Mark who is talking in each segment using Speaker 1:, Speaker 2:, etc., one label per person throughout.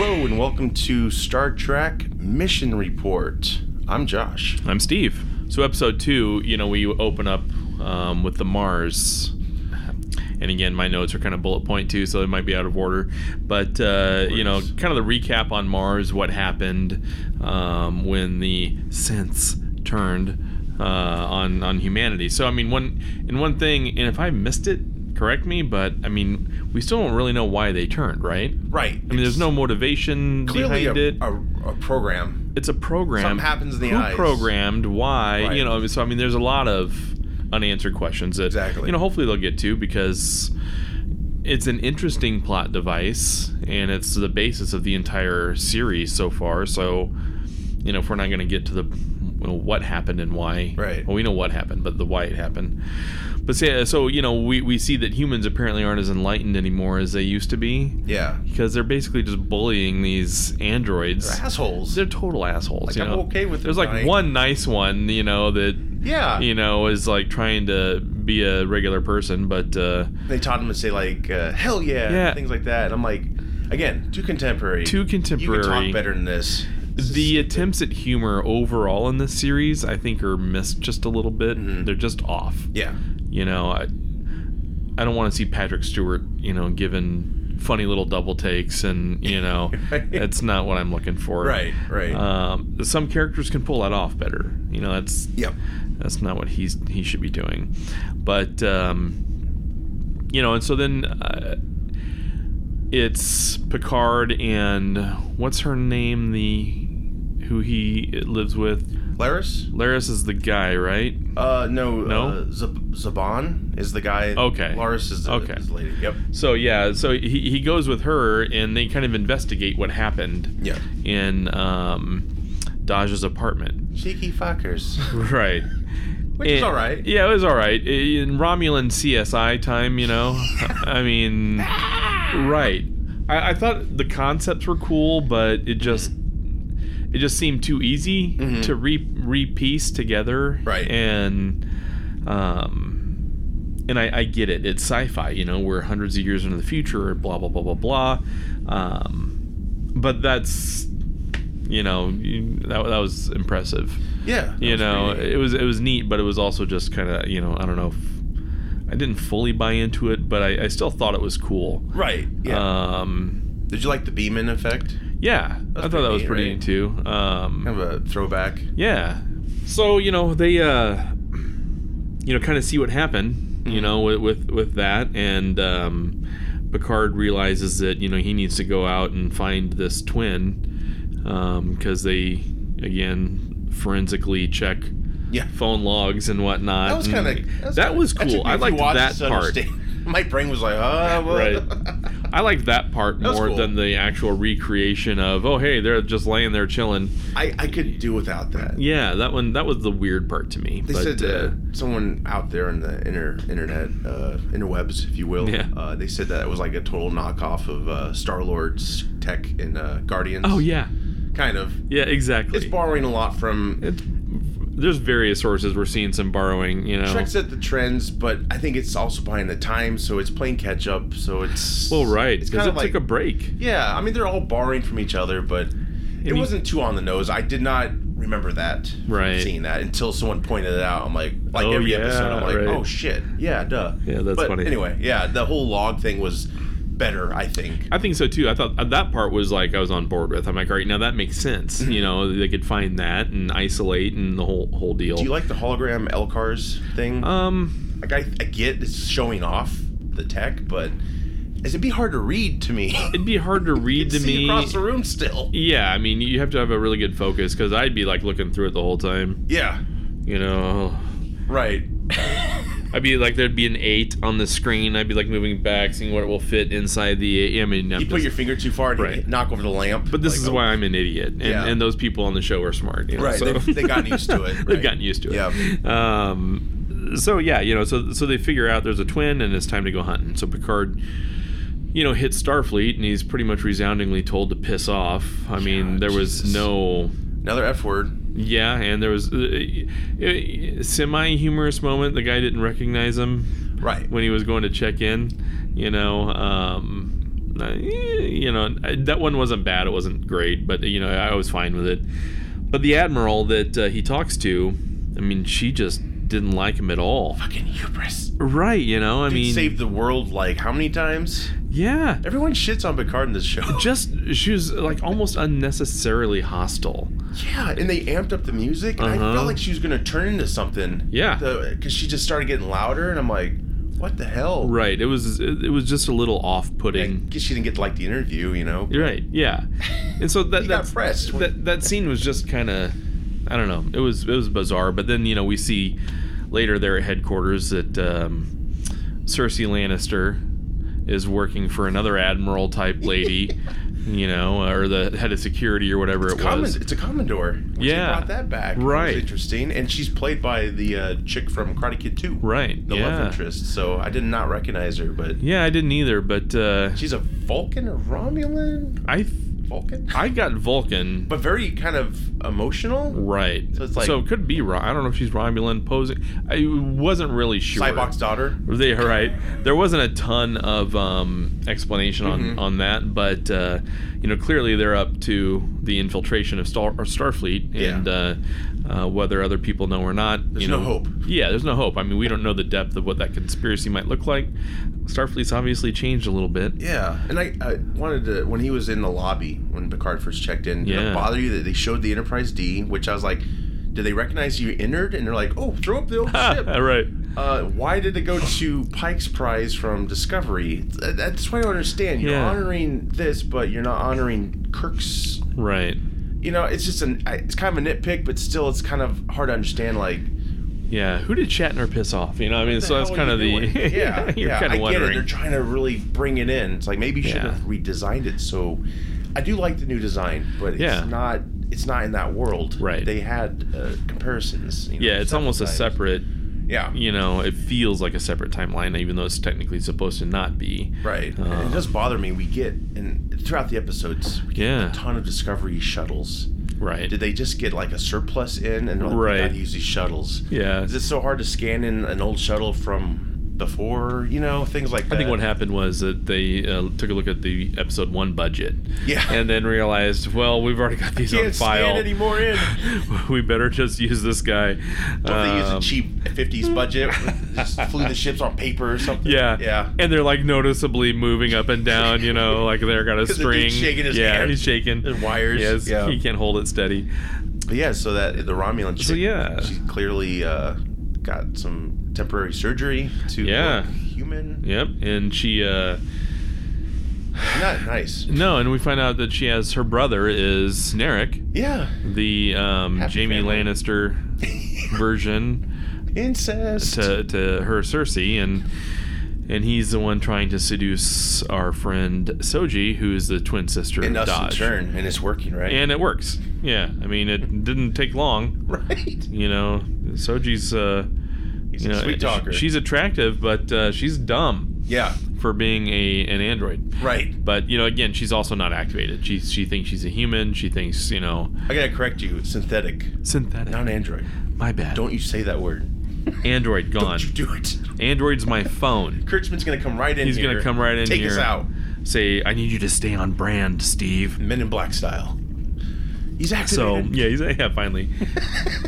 Speaker 1: welcome to Star Trek Mission Report. I'm Josh.
Speaker 2: I'm Steve. So, episode two, you know, we open up um, with the Mars. And again, my notes are kind of bullet point too, so they might be out of order. But, uh, you know, kind of the recap on Mars, what happened um, when the sense turned uh, on, on humanity. So, I mean, one, and one thing, and if I missed it, correct me, but I mean, we still don't really know why they turned, right?
Speaker 1: Right.
Speaker 2: I mean, there's no motivation
Speaker 1: clearly a,
Speaker 2: behind it.
Speaker 1: a, a program.
Speaker 2: it's a program.
Speaker 1: Something happens in the
Speaker 2: Who
Speaker 1: eyes.
Speaker 2: programmed? Why?
Speaker 1: Right.
Speaker 2: You know. So I mean, there's a lot of unanswered questions that
Speaker 1: Exactly.
Speaker 2: you know. Hopefully they'll get to because it's an interesting plot device and it's the basis of the entire series so far. So you know, if we're not going to get to the you know, what happened and why,
Speaker 1: Right.
Speaker 2: Well, we know what happened, but the why it happened. But so, yeah, so you know, we we see that humans apparently aren't as enlightened anymore as they used to be.
Speaker 1: Yeah.
Speaker 2: Because they're basically just bullying these androids.
Speaker 1: They're assholes.
Speaker 2: They're total assholes.
Speaker 1: Like,
Speaker 2: you
Speaker 1: I'm
Speaker 2: know?
Speaker 1: okay with
Speaker 2: There's
Speaker 1: them
Speaker 2: like
Speaker 1: dying.
Speaker 2: one nice one, you know, that
Speaker 1: yeah.
Speaker 2: you know is like trying to be a regular person, but uh,
Speaker 1: they taught him to say like uh, "hell yeah"
Speaker 2: Yeah.
Speaker 1: and things like that. And I'm like, again, too contemporary.
Speaker 2: too
Speaker 1: You can
Speaker 2: contemporary.
Speaker 1: talk better than this. This
Speaker 2: The
Speaker 1: is-
Speaker 2: attempts at humor overall in this series, I think, are missed just a little bit.
Speaker 1: Mhm.
Speaker 2: They're just off.
Speaker 1: yeah,
Speaker 2: You know, I, I don't want to see Patrick Stewart, you know, given funny little double takes, and you know,
Speaker 1: Right.
Speaker 2: that's not what I'm looking for.
Speaker 1: right, right.
Speaker 2: Um, some characters can pull that off better. You know, that's
Speaker 1: yep.
Speaker 2: that's not what he's he should be doing but um you know and so then uh, it's picard and what's her name the who he lives with
Speaker 1: Laris?
Speaker 2: laris is the guy right
Speaker 1: Uh, no,
Speaker 2: No?
Speaker 1: Uh, Zab- Zaban is the guy.
Speaker 2: Okay.
Speaker 1: Laris is the,
Speaker 2: Okay.
Speaker 1: is the lady. Yep.
Speaker 2: so yeah so he, he goes with her and they kind of investigate what happened
Speaker 1: Yeah.
Speaker 2: in um Daj's apartment
Speaker 1: Cheeky fuckers.
Speaker 2: right
Speaker 1: Which is
Speaker 2: And-
Speaker 1: all right.
Speaker 2: Yeah, it was all right. In Romulan CSI time, you know. I mean, right. I, I thought the concepts were cool, but it just it just seemed too easy
Speaker 1: Mhm.
Speaker 2: to re repiece together.
Speaker 1: Right.
Speaker 2: And um, and I, I get it. It's sci-fi, you know. We're hundreds of years into the future. Blah blah blah blah blah. Um, but that's you know you- that that was impressive
Speaker 1: Yeah. that
Speaker 2: you
Speaker 1: was
Speaker 2: know
Speaker 1: pretty neat.
Speaker 2: it was it was neat but it was also just kind of you know i don't know if, i didn't fully buy into it but i, I still thought it was cool
Speaker 1: right. Yeah.
Speaker 2: um
Speaker 1: Did you like the Beeman effect?
Speaker 2: yeah i
Speaker 1: That's
Speaker 2: thought that
Speaker 1: pretty
Speaker 2: was
Speaker 1: neat,
Speaker 2: pretty
Speaker 1: right?
Speaker 2: neat too um
Speaker 1: Kind of a throwback.
Speaker 2: yeah so you know they uh you know kind of see what happened you
Speaker 1: Mhm.
Speaker 2: know with, with with that and um picard realizes that you know he needs to go out and find this twin um because they again forensically check
Speaker 1: Yeah.
Speaker 2: phone logs and whatnot.
Speaker 1: That was kind
Speaker 2: and
Speaker 1: of
Speaker 2: Mm, that was cool. I liked that part.
Speaker 1: My brain was like, oh, well.
Speaker 2: Right. I liked that part
Speaker 1: That was
Speaker 2: more
Speaker 1: cool.
Speaker 2: than the actual recreation of oh hey they're just laying there chilling.
Speaker 1: I, I could do without that.
Speaker 2: Yeah, that one that was the weird part to me.
Speaker 1: They
Speaker 2: but,
Speaker 1: said
Speaker 2: uh,
Speaker 1: uh, someone out there in the inter internet uh, interwebs, if you will,
Speaker 2: Yeah.
Speaker 1: uh, they said that it was like a total knockoff of uh, Star Lord's tech in uh, Guardians.
Speaker 2: oh yeah,
Speaker 1: kind of.
Speaker 2: yeah exactly.
Speaker 1: It's borrowing a lot from.
Speaker 2: It's- there's various sources we're seeing some borrowing. You know,
Speaker 1: Trek's at the trends, but I think it's also behind the time, so it's playing catch up. So it's
Speaker 2: well right
Speaker 1: It's
Speaker 2: because
Speaker 1: kind of
Speaker 2: it
Speaker 1: like
Speaker 2: took a break.
Speaker 1: yeah. I mean, they're all borrowing from each other, but it
Speaker 2: you-
Speaker 1: wasn't too on the nose. I did not remember that from
Speaker 2: Right.
Speaker 1: seeing that until someone pointed it out. I'm like, like
Speaker 2: Oh,
Speaker 1: every
Speaker 2: yeah,
Speaker 1: episode, I'm like,
Speaker 2: right.
Speaker 1: oh shit, yeah, duh.
Speaker 2: Yeah, that's
Speaker 1: but
Speaker 2: funny.
Speaker 1: Anyway, yeah, the whole log thing was better, I think.
Speaker 2: I think so too. I thought uh, that part was like I was on board with. I'm like, all right, now that makes sense.
Speaker 1: Mm-hmm.
Speaker 2: You know, they could find that and isolate and the whole whole deal.
Speaker 1: Do you like the hologram Elcars thing?
Speaker 2: um,
Speaker 1: like, I, I get it's showing off the tech, but it'd be hard to read to me.
Speaker 2: It'd be hard to read to
Speaker 1: see
Speaker 2: me.
Speaker 1: across the room still.
Speaker 2: Yeah, I mean, you have to have a really good focus because I'd be like looking through it the whole time.
Speaker 1: Yeah,
Speaker 2: You know,
Speaker 1: right.
Speaker 2: I'd be like, there'd be an eight on the screen. I'd be like moving back, seeing what it will fit inside the. I mean, I'm
Speaker 1: You put
Speaker 2: just-
Speaker 1: your finger too far to
Speaker 2: Right.
Speaker 1: knock over the lamp.
Speaker 2: but this
Speaker 1: Like,
Speaker 2: is
Speaker 1: oh,
Speaker 2: why I'm an idiot, and,
Speaker 1: Yeah.
Speaker 2: and those people on the show are smart. You know,
Speaker 1: Right,
Speaker 2: so-
Speaker 1: they've- they've gotten used to it, right.
Speaker 2: They've gotten used to it. Yeah. Um, so yeah, you know, so so they figure out there's a twin, and it's time to go hunting. So Picard. You know, hits Starfleet, and he's pretty much resoundingly told to piss off. I mean,
Speaker 1: Yeah,
Speaker 2: there
Speaker 1: Jesus.
Speaker 2: was no
Speaker 1: another F word.
Speaker 2: Yeah, and there was uh, a, a semi humorous moment. The guy didn't recognize him
Speaker 1: Right.
Speaker 2: when he was going to check in, you know. Um, Uh, you know, I- that one wasn't bad. It wasn't great, but you know, I was fine with it. But the admiral that uh, he talks to, I mean, she just didn't like him at all.
Speaker 1: Fucking hubris.
Speaker 2: Right? You know, I
Speaker 1: Dude
Speaker 2: mean,
Speaker 1: saved the world like how many times?
Speaker 2: yeah.
Speaker 1: Everyone shits on Picard in this show.
Speaker 2: Just she was like almost unnecessarily hostile.
Speaker 1: yeah, and they amped up the music. And I
Speaker 2: Uh-huh.
Speaker 1: felt like she was gonna turn into something.
Speaker 2: Yeah.
Speaker 1: because she just started getting louder, and I'm like, what the hell?
Speaker 2: Right. It was it, it was just a little
Speaker 1: I
Speaker 2: off-putting.
Speaker 1: guess she didn't get to like the interview, you know.
Speaker 2: You're right. Yeah. And so that
Speaker 1: He got
Speaker 2: that
Speaker 1: pressed when-
Speaker 2: that that scene was just kind of I don't know. It was it was bizarre, but then you know we see later there at headquarters that um, Cersei Lannister is working for another admiral type lady, you know, or the head of security or whatever
Speaker 1: It's,
Speaker 2: it
Speaker 1: common,
Speaker 2: was.
Speaker 1: it's a Commodore. which they
Speaker 2: Yeah.
Speaker 1: brought that back. It was
Speaker 2: Right.
Speaker 1: interesting, and she's played by the uh, chick from Karate Kid Two.
Speaker 2: Right.
Speaker 1: The
Speaker 2: yeah.
Speaker 1: love interest. So I did not recognize her, but
Speaker 2: Yeah, I didn't either, but uh,
Speaker 1: she's a Vulcan or Romulan.
Speaker 2: I th-
Speaker 1: Vulcan.
Speaker 2: I got Vulcan
Speaker 1: but very kind of emotional.
Speaker 2: right.
Speaker 1: So it's like-
Speaker 2: it could be Rom- I don't know if she's Romulan posing. I wasn't really sure.
Speaker 1: Cyborg's daughter.
Speaker 2: They are right. There wasn't a ton of um, explanation on,
Speaker 1: Mhm.
Speaker 2: on that, but uh, you know clearly they're up to the infiltration of Star or Starfleet,
Speaker 1: Yeah.
Speaker 2: and uh, uh, whether other people know or not,
Speaker 1: There's
Speaker 2: you
Speaker 1: no
Speaker 2: know-
Speaker 1: hope.
Speaker 2: Yeah, there's no hope. I mean, we don't know the depth of what that conspiracy might look like. Starfleet's obviously changed a little bit.
Speaker 1: Yeah, and I, I wanted to when he was in the lobby when Picard first checked in. Did it
Speaker 2: Yeah.
Speaker 1: bother you that they showed the Enterprise D, which I was like, did they recognize you entered? And they're like, oh, throw up the old ship.
Speaker 2: right.
Speaker 1: Uh, why did it go to Pike's Prize from Discovery? Th- That's why I don't understand. You're
Speaker 2: Yeah.
Speaker 1: honoring this, but you're not honoring Kirk's.
Speaker 2: Right.
Speaker 1: You know, it's just an I- it's kind of a nitpick, but still, it's kind of hard to understand. Like,
Speaker 2: Yeah. Who did Shatner piss off? You know, I mean, so that's
Speaker 1: hell
Speaker 2: kind
Speaker 1: are
Speaker 2: of the
Speaker 1: you doing? yeah,
Speaker 2: you're
Speaker 1: yeah.
Speaker 2: kind
Speaker 1: I
Speaker 2: of wondering.
Speaker 1: get it. They're trying to really bring it in. It's like maybe you should
Speaker 2: Yeah.
Speaker 1: have redesigned it. So I do like the new design, but it's
Speaker 2: Yeah.
Speaker 1: not it's not in that world.
Speaker 2: Right.
Speaker 1: They had uh, comparisons. you know,
Speaker 2: yeah, it's almost a
Speaker 1: sometimes.
Speaker 2: separate
Speaker 1: Yeah.
Speaker 2: you know, it feels like a separate timeline, even though it's technically supposed to not be.
Speaker 1: Right.
Speaker 2: Uh,
Speaker 1: it does bother me. We get and throughout the episodes, we get
Speaker 2: Yeah.
Speaker 1: a ton of Discovery shuttles.
Speaker 2: Right.
Speaker 1: Did they just get like a surplus in and like,
Speaker 2: Right.
Speaker 1: we gotta use these shuttles?
Speaker 2: yeah.
Speaker 1: Is it so hard to scan in an old shuttle from before? You know, things like that.
Speaker 2: I think what happened was that they uh, took a look at the episode one budget,
Speaker 1: Yeah.
Speaker 2: and then realized, well, we've already got these on
Speaker 1: Can't scan
Speaker 2: file.
Speaker 1: any more in.
Speaker 2: we better just use this guy.
Speaker 1: What if they use a
Speaker 2: Um,
Speaker 1: cheap 50s budget? just flew the ships on paper or something?
Speaker 2: Yeah,
Speaker 1: Yeah.
Speaker 2: and they're like noticeably moving up and down. You know, like they're got a
Speaker 1: 'Cause the dude's
Speaker 2: string.
Speaker 1: shaking his
Speaker 2: yeah,
Speaker 1: hand.
Speaker 2: he's shaking.
Speaker 1: There's wires.
Speaker 2: Yes,
Speaker 1: Yeah.
Speaker 2: he can't hold it steady.
Speaker 1: But yeah, so that the Romulan chick,
Speaker 2: So, yeah.
Speaker 1: she clearly uh, got some temporary surgery to
Speaker 2: Yeah.
Speaker 1: look human.
Speaker 2: Yep, and she. Uh,
Speaker 1: Not nice.
Speaker 2: No, and we find out that she has her brother is Narek,
Speaker 1: Yeah.
Speaker 2: the um,
Speaker 1: Happy
Speaker 2: Jamie
Speaker 1: family.
Speaker 2: Lannister version
Speaker 1: Incest.
Speaker 2: to, to her Cersei, and and he's the one trying to seduce our friend Soji, who is the twin sister
Speaker 1: and
Speaker 2: of
Speaker 1: us
Speaker 2: Dodge.
Speaker 1: in turn, and it's working, right?
Speaker 2: And it works. Yeah, I mean it didn't take long.
Speaker 1: right.
Speaker 2: You know, Soji's uh,
Speaker 1: He's
Speaker 2: you
Speaker 1: a
Speaker 2: know,
Speaker 1: sweet
Speaker 2: sh-
Speaker 1: talker.
Speaker 2: She's attractive, but uh, she's dumb
Speaker 1: yeah.
Speaker 2: for being a an android.
Speaker 1: Right.
Speaker 2: But you know, again, she's also not activated. She she thinks she's a human. She thinks you know
Speaker 1: I gotta correct you. Synthetic,
Speaker 2: synthetic.
Speaker 1: not android.
Speaker 2: my bad.
Speaker 1: Don't you say that word.
Speaker 2: Android gone.
Speaker 1: Don't you do it.
Speaker 2: Android's my phone.
Speaker 1: Kurtzman's gonna come right in
Speaker 2: He's
Speaker 1: here.
Speaker 2: gonna come right in
Speaker 1: Take
Speaker 2: here.
Speaker 1: us out.
Speaker 2: Say, I need you to stay on brand, Steve.
Speaker 1: Men in Black style. He's
Speaker 2: So
Speaker 1: activated.
Speaker 2: yeah, he's yeah. Finally,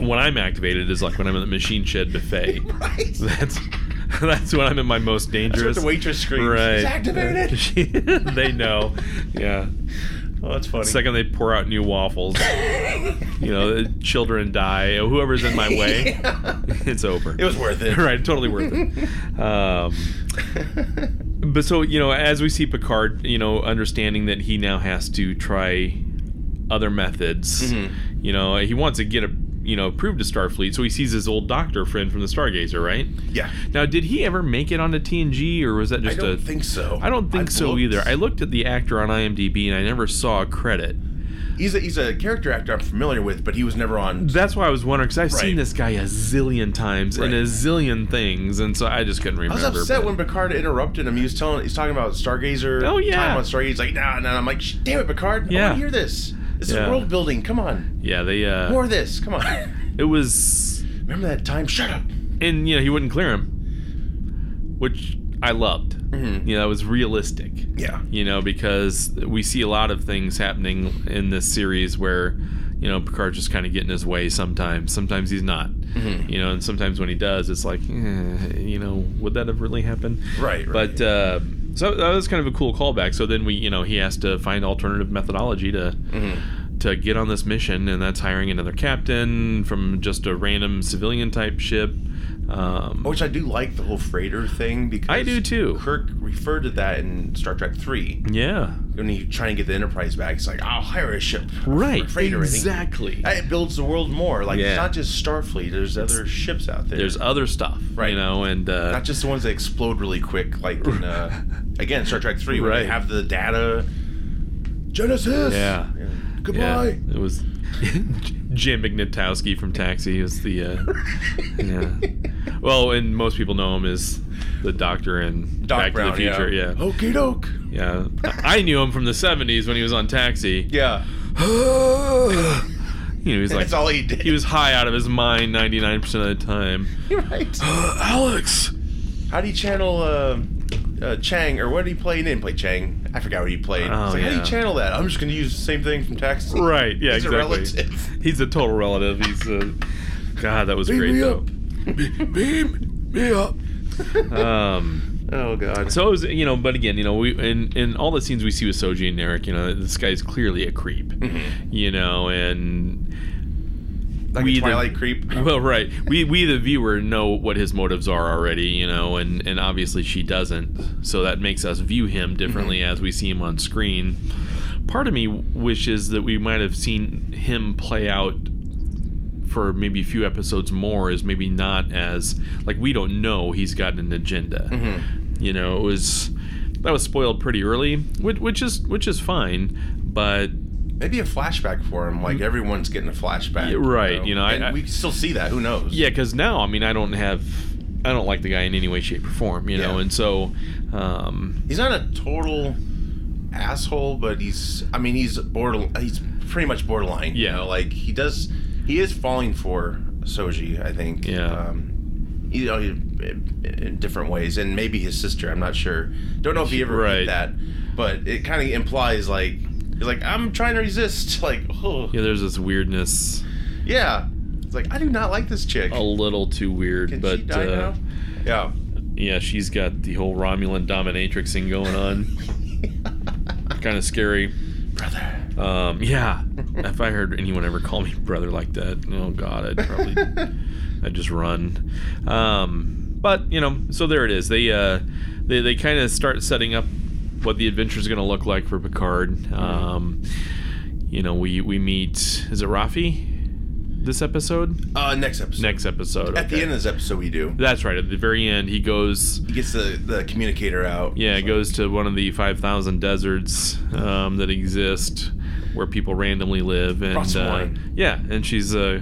Speaker 2: when I'm activated is like when I'm at the machine shed buffet.
Speaker 1: right.
Speaker 2: That's that's when I'm in my
Speaker 1: That's
Speaker 2: most
Speaker 1: what
Speaker 2: dangerous.
Speaker 1: the waitress screams.
Speaker 2: Right.
Speaker 1: He's activated.
Speaker 2: they know. Yeah.
Speaker 1: Oh, that's funny.
Speaker 2: The second they pour out new waffles, you know, children die. Whoever's in my way,
Speaker 1: Yeah.
Speaker 2: it's over.
Speaker 1: It was worth it.
Speaker 2: right, totally worth it. Um, but so you know, as we see Picard, you know, understanding that he now has to try other methods.
Speaker 1: Mhm.
Speaker 2: You know, he wants to get a you know approved to Starfleet, so he sees his old doctor friend from the Stargazer, right?
Speaker 1: yeah.
Speaker 2: Now, did he ever make it onto TNG, or was that
Speaker 1: I
Speaker 2: just
Speaker 1: don't
Speaker 2: a?
Speaker 1: think so.
Speaker 2: I don't think
Speaker 1: I've
Speaker 2: so
Speaker 1: looked.
Speaker 2: either. I looked at the actor on IMDb and I never saw a credit.
Speaker 1: he's a he's a character actor I'm familiar with, but he was never on.
Speaker 2: That's why I was wondering because I've
Speaker 1: Right.
Speaker 2: seen this guy a zillion times in
Speaker 1: Right.
Speaker 2: a zillion things, and so I just couldn't
Speaker 1: I
Speaker 2: remember.
Speaker 1: was upset
Speaker 2: but-
Speaker 1: when Picard interrupted him. He was telling he's talking about Stargazer.
Speaker 2: Oh, yeah.
Speaker 1: Time on Stargazer. He's like nah, nah. I'm like "Sh- damn it, Picard. I
Speaker 2: Yeah.
Speaker 1: want to hear this. This
Speaker 2: Yeah.
Speaker 1: is world building. Come on.
Speaker 2: yeah, they. Uh,
Speaker 1: More of this. Come on.
Speaker 2: It was,
Speaker 1: Remember that time? Shut up.
Speaker 2: and you know he wouldn't clear him, which I loved.
Speaker 1: Mhm.
Speaker 2: You know, it was realistic.
Speaker 1: Yeah.
Speaker 2: You know, because we see a lot of things happening in this series where, you know, Picard's just kind of getting his way sometimes. Sometimes he's not.
Speaker 1: Mhm.
Speaker 2: You know, and sometimes when he does, it's like, eh, you know, would that have really happened?
Speaker 1: Right, right.
Speaker 2: But uh, so that was kind of a cool callback. So then we, you know, he has to find alternative methodology to
Speaker 1: Mhm.
Speaker 2: to get on this mission, and that's hiring another captain from just a random civilian type ship. Um,
Speaker 1: Which I do like the whole freighter thing because
Speaker 2: I do too.
Speaker 1: Kirk referred to that in Star Trek Three
Speaker 2: yeah,
Speaker 1: when he trying to get the Enterprise back. He's like, "I'll hire a ship, a
Speaker 2: right,
Speaker 1: freighter." I think
Speaker 2: exactly.
Speaker 1: that it builds the world more. Like
Speaker 2: Yeah.
Speaker 1: it's not just Starfleet. There's other ships out there.
Speaker 2: There's other stuff,
Speaker 1: Right.
Speaker 2: You know, and uh,
Speaker 1: not just the ones that explode really quick, like in, uh, again Star Trek Three, where they
Speaker 2: Right.
Speaker 1: have the data. Genesis.
Speaker 2: Yeah.
Speaker 1: Goodbye.
Speaker 2: Yeah, it was Jim Ignatowski from Taxi is the uh, yeah. Well, and most people know him as the Doctor in
Speaker 1: Doc
Speaker 2: Back
Speaker 1: Brown.
Speaker 2: to the Future.
Speaker 1: yeah. Oh,
Speaker 2: Yeah,
Speaker 1: Okey doke.
Speaker 2: yeah. I I knew him from the '70s when he was on Taxi.
Speaker 1: Yeah.
Speaker 2: You know, he's like
Speaker 1: That's all he did.
Speaker 2: he was high out of his mind 99% of the time.
Speaker 1: right.
Speaker 2: Alex.
Speaker 1: How do you channel uh, uh, Chang or what did he play? He didn't play Chang. I forgot what he played.
Speaker 2: Oh,
Speaker 1: It's like, How do
Speaker 2: yeah.
Speaker 1: you channel that? I'm just going to use the same thing from Taxi.
Speaker 2: Right. Yeah.
Speaker 1: He's a
Speaker 2: exactly.
Speaker 1: relative.
Speaker 2: He's a total relative. He's a. God, that was
Speaker 1: Beam
Speaker 2: great
Speaker 1: me
Speaker 2: though.
Speaker 1: up. Beam me up.
Speaker 2: Um.
Speaker 1: Oh God.
Speaker 2: So it was, you know, but again, you know, we in in all the scenes we see with Soji and Eric, you know, this guy's clearly a creep,
Speaker 1: Mm-hmm.
Speaker 2: you know, and
Speaker 1: like
Speaker 2: we
Speaker 1: a
Speaker 2: the-
Speaker 1: Twilight creep.
Speaker 2: well, right, we we the viewer know what his motives are already, you know, and and obviously she doesn't, so that makes us view him differently as we see him on screen. Part of me wishes that we might have seen him play out for maybe a few episodes more is maybe not as like we don't know he's got an agenda. You know, it was that was spoiled pretty early, which, which is which is fine, but
Speaker 1: Maybe a flashback for him. Like everyone's getting a flashback.
Speaker 2: Mm. Yeah, right, you know, I-
Speaker 1: And
Speaker 2: I-
Speaker 1: we can still see that. Who knows?
Speaker 2: yeah, because now I mean I don't have I don't like the guy in any way, shape, or form. You know,
Speaker 1: Yeah.
Speaker 2: and so um,
Speaker 1: He's not a total asshole, but he's. I mean, he's border. He's pretty much borderline. You
Speaker 2: Yeah.
Speaker 1: know, like he does. He is falling for Soji. I think.
Speaker 2: Yeah.
Speaker 1: Um, you know, he- in different ways, and maybe his sister. I'm not sure. Don't know if he ever
Speaker 2: Right.
Speaker 1: did that, but it kind of implies like he's like I'm trying to resist. Like, oh
Speaker 2: yeah, there's this weirdness,
Speaker 1: yeah. It's like I do not like this chick.
Speaker 2: a little too weird,
Speaker 1: Can
Speaker 2: Oh, but
Speaker 1: she die
Speaker 2: uh,
Speaker 1: now? Yeah.
Speaker 2: yeah, she's got the whole Romulan dominatrix thing going on, kind of scary.
Speaker 1: Brother.
Speaker 2: Um, yeah. if I heard anyone ever call me brother like that, oh god, I'd probably I'd just run. Um, but you know, so there it is. They uh, they they kind of start setting up what the adventure is going to look like for Picard. Um, you know, we we meet is it Rafi this episode?
Speaker 1: Uh, next episode.
Speaker 2: Next episode.
Speaker 1: At the
Speaker 2: okay.
Speaker 1: end of this episode, we do.
Speaker 2: That's right. At the very end, he goes.
Speaker 1: He gets the, the communicator out.
Speaker 2: Yeah, it
Speaker 1: So-
Speaker 2: goes to one of the five thousand deserts um, that exist, where people randomly live. And
Speaker 1: Brought some
Speaker 2: uh,
Speaker 1: wine.
Speaker 2: yeah, and she's uh,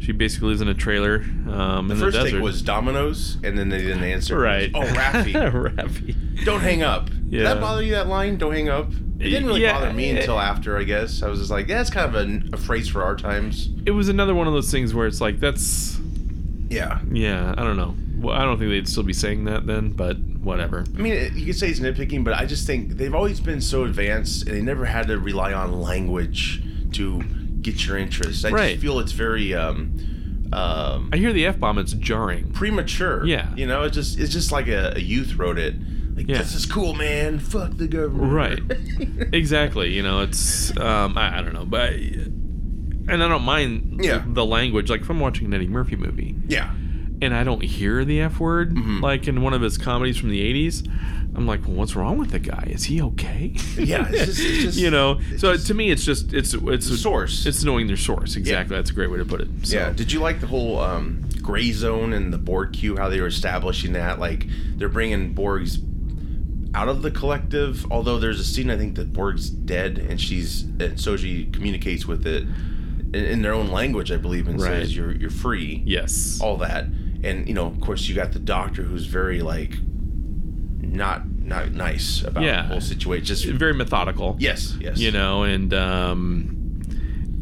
Speaker 2: she basically lives in a trailer um,
Speaker 1: The first
Speaker 2: in the desert.
Speaker 1: take was Domino's, and then they didn't answer.
Speaker 2: right.
Speaker 1: Oh, Rafi.
Speaker 2: Raffi.
Speaker 1: Don't hang up. Did
Speaker 2: Yeah.
Speaker 1: that bother you, that line? Don't hang up? It didn't really
Speaker 2: Yeah.
Speaker 1: bother me until after, I guess. I was just like, yeah, that's kind of a, a phrase for our times.
Speaker 2: It was another one of those things where it's like that's
Speaker 1: Yeah.
Speaker 2: yeah, I don't know. Well, I don't think they'd still be saying that then, but whatever.
Speaker 1: I mean, it- you could say it's nitpicking, but I just think they've always been so advanced, and they never had to rely on language to get your interest. I
Speaker 2: Right.
Speaker 1: just feel it's very um, um,
Speaker 2: I hear the f bomb. It's jarring.
Speaker 1: premature.
Speaker 2: Yeah.
Speaker 1: You know, it's just it's just like a, a youth wrote it. Like
Speaker 2: Yeah.
Speaker 1: this is cool, man. Fuck the government.
Speaker 2: Right. exactly. You know, it's um, I, I don't know, but and I don't mind
Speaker 1: Yeah.
Speaker 2: the language. Like if I'm watching an Eddie Murphy movie
Speaker 1: yeah.
Speaker 2: and I don't hear the f word,
Speaker 1: Mhm.
Speaker 2: like in one of his comedies from the '80s, I'm like, well, what's wrong with the guy? Is he okay?
Speaker 1: Yeah, it's just- it's just-
Speaker 2: you know.
Speaker 1: it's
Speaker 2: So
Speaker 1: just-
Speaker 2: to me, it's just it's it's
Speaker 1: The source.
Speaker 2: It's knowing their source. Exactly. That's a great way to put it. So.
Speaker 1: Yeah. Did you like the whole um, gray zone and the Borg queue? How they were establishing that? Like they're bringing Borgs out of the collective. Although there's a scene I think that Borg's dead, and she's and Soji communicates with it in, in their own language, I believe, and
Speaker 2: Right.
Speaker 1: says you're you're free.
Speaker 2: Yes.
Speaker 1: all that and you know of course you got the doctor who's very like not not nice about
Speaker 2: Yeah.
Speaker 1: the whole situation just
Speaker 2: Very methodical.
Speaker 1: yes yes
Speaker 2: you know and um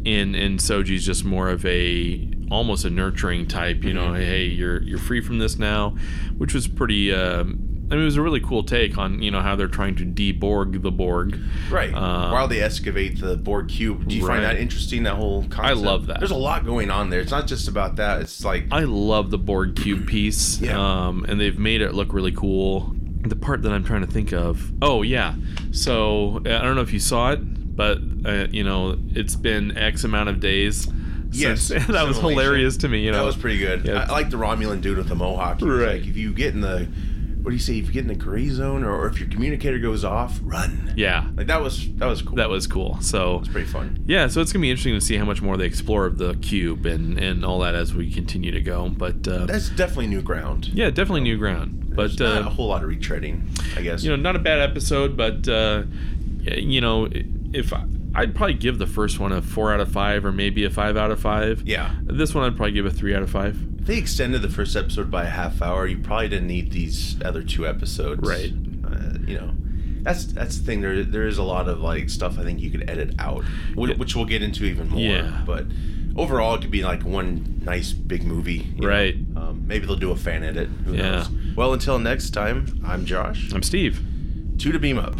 Speaker 2: and and soji's just more of a
Speaker 1: Mm-hmm.
Speaker 2: almost a nurturing type you know hey you're you're free from this now which was pretty um I mean, it was a really cool take on you know how they're trying to deborg the Borg.
Speaker 1: Right.
Speaker 2: Um,
Speaker 1: While they excavate the Borg cube, do you find
Speaker 2: Right.
Speaker 1: that interesting? That whole concept.
Speaker 2: love that.
Speaker 1: There's a lot going on there. It's not just about that. It's like
Speaker 2: I love the Borg cube piece.
Speaker 1: Yeah.
Speaker 2: Um, and they've made it look really cool. The part that I'm trying to think of. Oh yeah. So I don't know if you saw it, but uh, you know it's been X amount of days.
Speaker 1: Yes,
Speaker 2: since- that was
Speaker 1: assimilation.
Speaker 2: hilarious to me. You know.
Speaker 1: that was pretty good.
Speaker 2: Yeah.
Speaker 1: I, I like the Romulan dude with the mohawk. He was
Speaker 2: Right.
Speaker 1: Like, if you get in the, what do you say? If you get in the gray zone, or, or if your communicator goes off, run.
Speaker 2: yeah.
Speaker 1: Like that was that was cool.
Speaker 2: That was cool. So.
Speaker 1: was pretty fun.
Speaker 2: Yeah, so it's gonna be interesting to see how much more they explore of the cube and, and all that as we continue to go. But uh,
Speaker 1: That's definitely new ground.
Speaker 2: yeah, definitely new ground. But
Speaker 1: There's not
Speaker 2: uh,
Speaker 1: a whole lot of retreading, I guess.
Speaker 2: you know, not a bad episode, but uh, y- you know, if I, I'd probably give the first one a four out of five, or maybe a five out of five.
Speaker 1: yeah.
Speaker 2: This one I'd probably give a three out of five.
Speaker 1: If they extended the first episode by a half hour, you probably didn't need these other two episodes.
Speaker 2: Right.
Speaker 1: Uh, you know. That's that's the thing. There there is a lot of like stuff I think you could edit out, which,
Speaker 2: Yeah.
Speaker 1: which we'll get into even more.
Speaker 2: Yeah.
Speaker 1: But overall, it could be like one nice big movie. you know.
Speaker 2: Right.
Speaker 1: Um, maybe they'll do a fan edit. Who
Speaker 2: Yeah.
Speaker 1: knows? Well, until next time, I'm Josh.
Speaker 2: I'm Steve.
Speaker 1: Two to beam up.